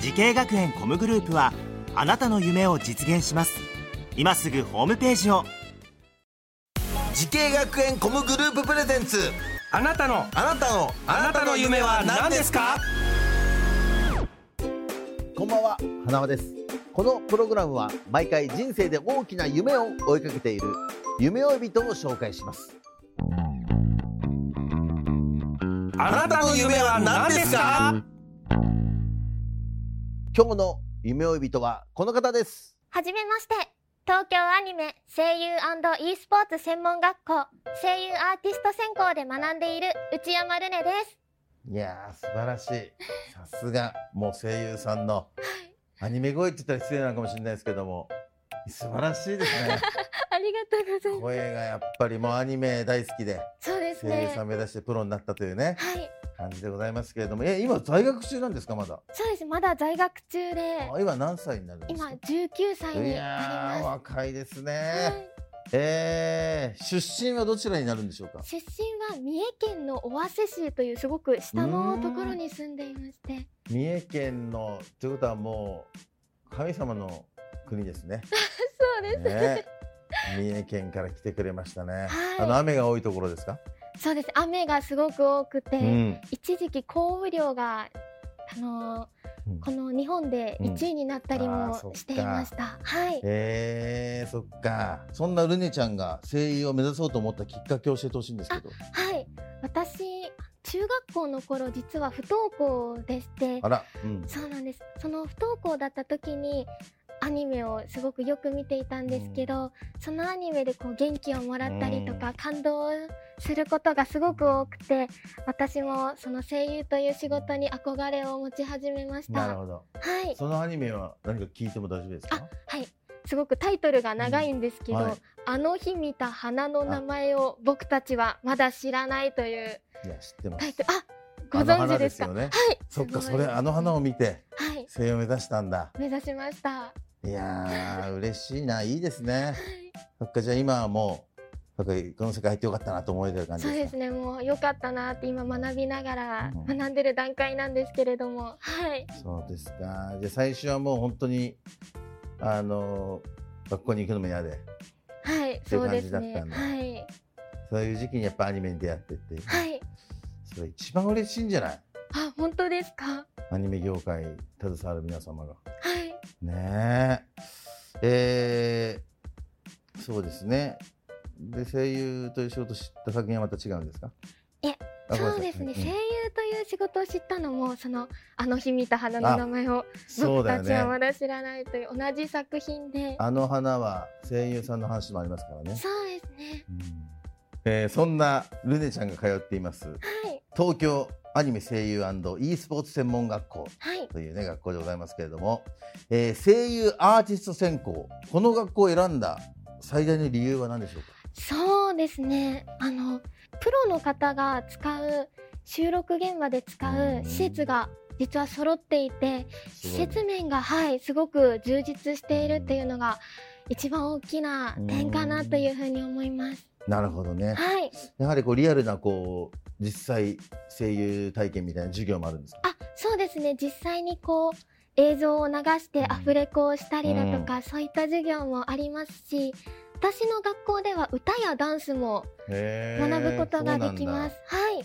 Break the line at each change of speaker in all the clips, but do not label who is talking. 時系学園コムグループはあなたの夢を実現します今すぐホームページを
時系学園コムグループプレゼンツ
あなたの
あなたの
あなたの夢は何ですか
こんばんは、花輪です。このプログラムは毎回人生で大きな夢を追いかけている夢追い人を紹介します。
あなたの夢は何ですか
今日の夢追い人はこの方です。
はじめまして。東京アニメ声優 &e スポーツ専門学校声優アーティスト専攻で学んでいる内山ルネです。
いやー、素晴らしい。さすが、もう声優さんの。アニメ声って言ったら失礼なのかもしれないですけども。素晴らしいですね。
ありがとうございま
声がやっぱりもうアニメ大好きで、
す。そうです
声優
ね。
さ
は
ん目指してプロになったというね、
い。
感じでございますけれども。え、今在学中なんですか、まだ。
そうです。まだ在学中で、
あ今何歳になるんです
今
か
19歳
い
にな
やー、
りま
若いです
す。
ね
は。い
えー、出身はどちらになるんでしょうか。
出身は三重県の尾鷲市というすごく下のところに住んでいまして、
三重県のということはもう神様の国です ね。
そうです。
ね、三重県から来てくれましたね。
はい
あの雨が多いところですか。
そうです。雨がすごく多くて、
うん。
一時期降雨量があのー
うん
この日本で1位になったり
うんあ
も
ーそっか
していました、はい
えー、そっか。そんなルネちゃんが声優を目指そうと思ったきっかけを教えてほしいんですけど。
はい私中学校の頃実は不登校でして
あら、うん。
そうなんですその不登校だった時にアニメをすごくよく見ていたんですけど、そのアニメでこう元気をもらったりとか、感動することがすごく多くて私もその声優という仕事に憧れを持ち始めました
なる
は
ほど。
い
そのアニメは何か聞いても大丈夫ですか。
はい、すごくタイトルが長いんですけど、
うんはい
あの日見た花の名前を僕たちはまだ知らないという
いや、知ってま
タイ
す。
トル、あ、ご存知ですか。
あの花ですよね。
はい、
そっか、
す
そ
ごい
れあの花を見て
はい、
声優を目指したんだ。
目指しました。
いやー嬉しいないいですね
い。
そっかじゃあ今はもうなんかこの世界入ってよかったなと思えてる感じ
そう
で
です
か。
すね、もう良かったなって今学びながら
うん
学んでる段階なんですけれども、はい、
そうですか。じゃあ最初はもう本当にあの学校に行くのも嫌で、
は
てい
い、そうう
感
で
じ
す
だった
ね。
んだ
はい、
そういう時期にやっぱアニメに出会ってって、
はい、
それ一番嬉しいんじゃない？
あ、本当ですか。は
アニメ業界携わる皆様が。
い、
ねえ。えー、そうですね。で声優という仕事を知った作品はまた違うんですか？
え
あ、ごめんなさ
そう
い
ですね、
ん
声優という仕事を知ったのも、そのあの日見た花の名前を
そう
僕
だ
た
よ
ちは
ね。
まだ知らないという同じ作品で、
あの花は声優さんの話もありますからね。
そうですね。
えーそんなルネちゃんが通っています
はい
東京アニメ声優 &e スポーツ専門学校
はい
というね学校でございますけれども、えー声優アーティスト専攻この学校を選んだ最大の理由は何でしょうか
そうですね。あのプロの方が使う収録現場で使う施設が実は揃っていて、
す
施
ごい
設面がはいすごく充実しているっていうのが一番大きな点かなというふうに思い ます。
なるほどね
はい。
やはりこうリアルなこう実際声優体験みたいな授業もあるんですか
あ、そうですね。実際にこう映像を流してアフレコをしたりだとか、そういった授業もありますし、私の学校では歌やダンスも学ぶことができます。はい。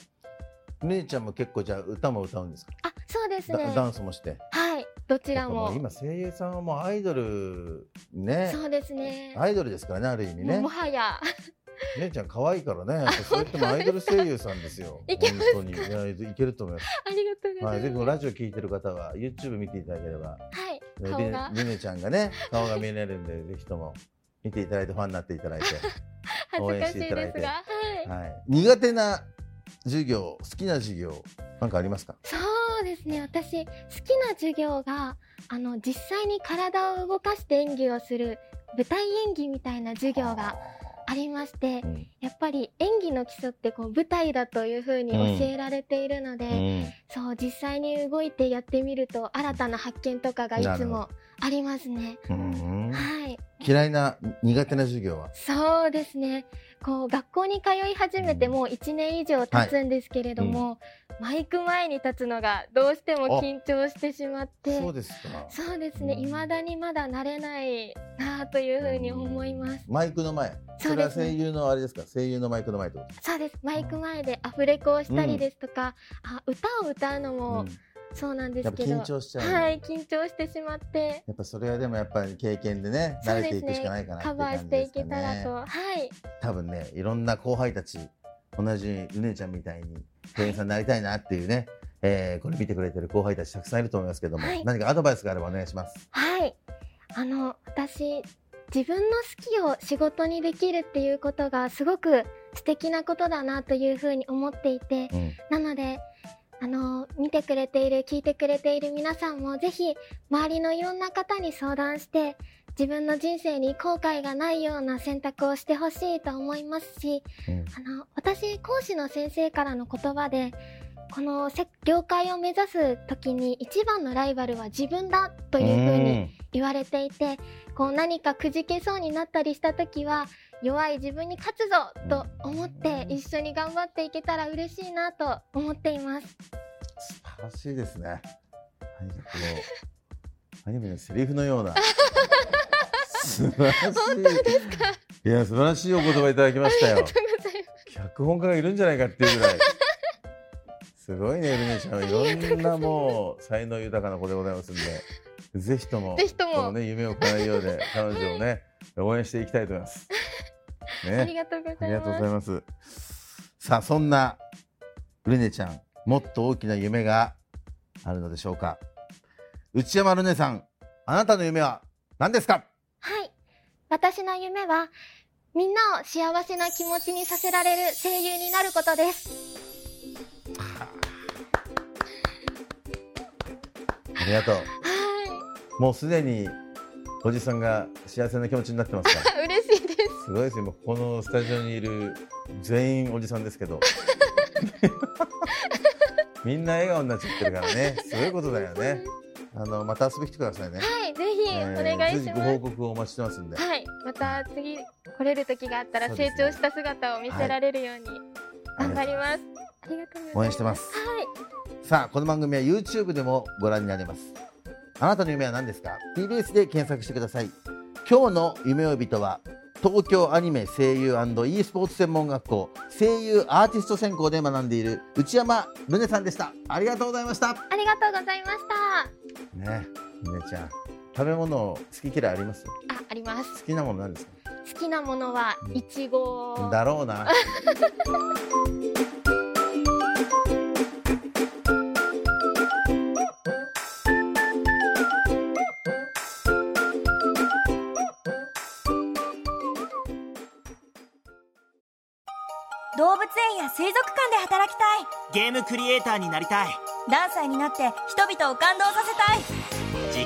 ルネちゃんも結構じゃあ歌も歌うんですか
あ、そうです
ダ
ね。
ダンスもして
はい、どちら
やっぱう
も。
今声優さんはもうアイドルね
そうですね。
アイドルですからねある意味
もう
ね
もはや、
姉ちゃん可愛いからねやっぱそう言ってもアイドル声優さんですよ
いけま
本当にいやいけると思い ます、
ありがとうご
は
ざ
い、
い
ぜひ
ま
このラジオ聞いてる方は YouTube 見ていただければ
す。はい、
ね
顔が、
りねりねちゃんがね顔が見れるんでぜひとも 見ていただいてファンになっていただいて、
恥
応
ず
援
か
し
してい
いただい
で
て
すが、はい。
はい、苦手な授業好きな授業なんかありますか
そうですですね私好きな授業があの実際に体を動かして演技をする舞台演技みたいな授業がありまして
うん
やっぱり演技の基礎ってこう舞台だというふうに教えられているので、
うん
そう実際に動いてやってみると新たな発見とかがいつもありますね。
うん
はい、
嫌いな苦手な授業は、
そうですね。こう学校に通い始めてもう1年以上経つんですけれども、マイク前に立つのがどうしても緊張してしまって、
そうですか
そうですね。
うん
未だにまだ慣れないなあというふうに思います。
マイクの前
そ
そうれ
で
は
すね
声優のあれですか声優のマイクの前ってこと
そうです。マイク前でアフレコをしたりですとか、あ歌を歌うのも
うん
そうなんで
や
す
っぱ
けど、
緊張しちゃう、
はい緊張してしまって。
やっぱそれはでもやっぱり経験でね
そ
慣
う
れて
です
いくしかない
ね
かな。
カバーしていけたらと、はい。
多分ねいろんな後輩たち同じゆねちゃんみたいに店員さんになりたいなっていうね、えーこれ見てくれてる後輩たちたくさんいると思いますけども、
はい
何かアドバイスがあればお願いします。
はい。あの、私、自分の好きを仕事にできるっていうことがすごく素敵なことだなというふうに思っていて、
うん
なので、あの、見てくれている、聞いてくれている皆さんもぜひ、周りのいろんな方に相談して、自分の人生に後悔がないような選択をしてほしいと思いますし、
うん
あの、私、講師の先生からの言葉で、このせ業界を目指す時に一番のライバルは自分だというふうに言われていてこう何かくじけそうになったりした時は弱い自分に勝つぞと思って一緒に頑張っていけたら嬉しいなと思っています
素晴らしいですね。何かこのアニメのセリフのような。素晴らしい。いや素晴らしいお言葉いただきましたよ。脚本家がいるんじゃないかっていうぐらい。すごいね、ルネちゃんは。いろんなもう才能豊かな子でございますんで、ぜひとも、
ぜひとも
このね、夢を叶えようで、彼女をね、応援していきたいと思いま す。
あり
ね、
がとうご
あ
ざ
り
い
がとうご
ま
ざい
す
ます。さあ、そんなルネちゃん、もっと大きな夢があるのでしょうか。内山ルネさん、あなたの夢は何ですか
はい私の夢はみんなを幸せな気持ちにさせられる声優になることです
ありがとう。
は
もうすでにおじさんが幸せな気持ちになってますから。
い嬉しいです
すごいですよ。もうこのスタジオにいる全員おじさんですけ ど。みんな笑顔になっちゃってるからね。すごいことだよね。あのまた遊びに来てくださいね。
はいぜ
えー
ひお願いし
随時
ま
ご
す
報告をお待ちしてますんで。
はい、また次来れる時があったら
そうで
成
すね
長した姿を見せられるように頑張ります。ありがとうございます。
応援してます。
はい、
さあこの番組は YouTube でもご覧になれますあなたの夢は何ですか TBS で検索してください今日の夢呼びとは東京アニメ声優 &e スポーツ専門学校声優アーティスト専攻で学んでいる内山ルネさんでしたありがとうございました
ありがとうございました。
ねえルネちゃん食べ物好き嫌いあります
あ、あります。
好きなものなんですか
好きなものは
うん
いちご。
だろうな
動物園や水族館で働きたい
ゲームクリエイターになりたい
何歳になって人々を感動させたい
時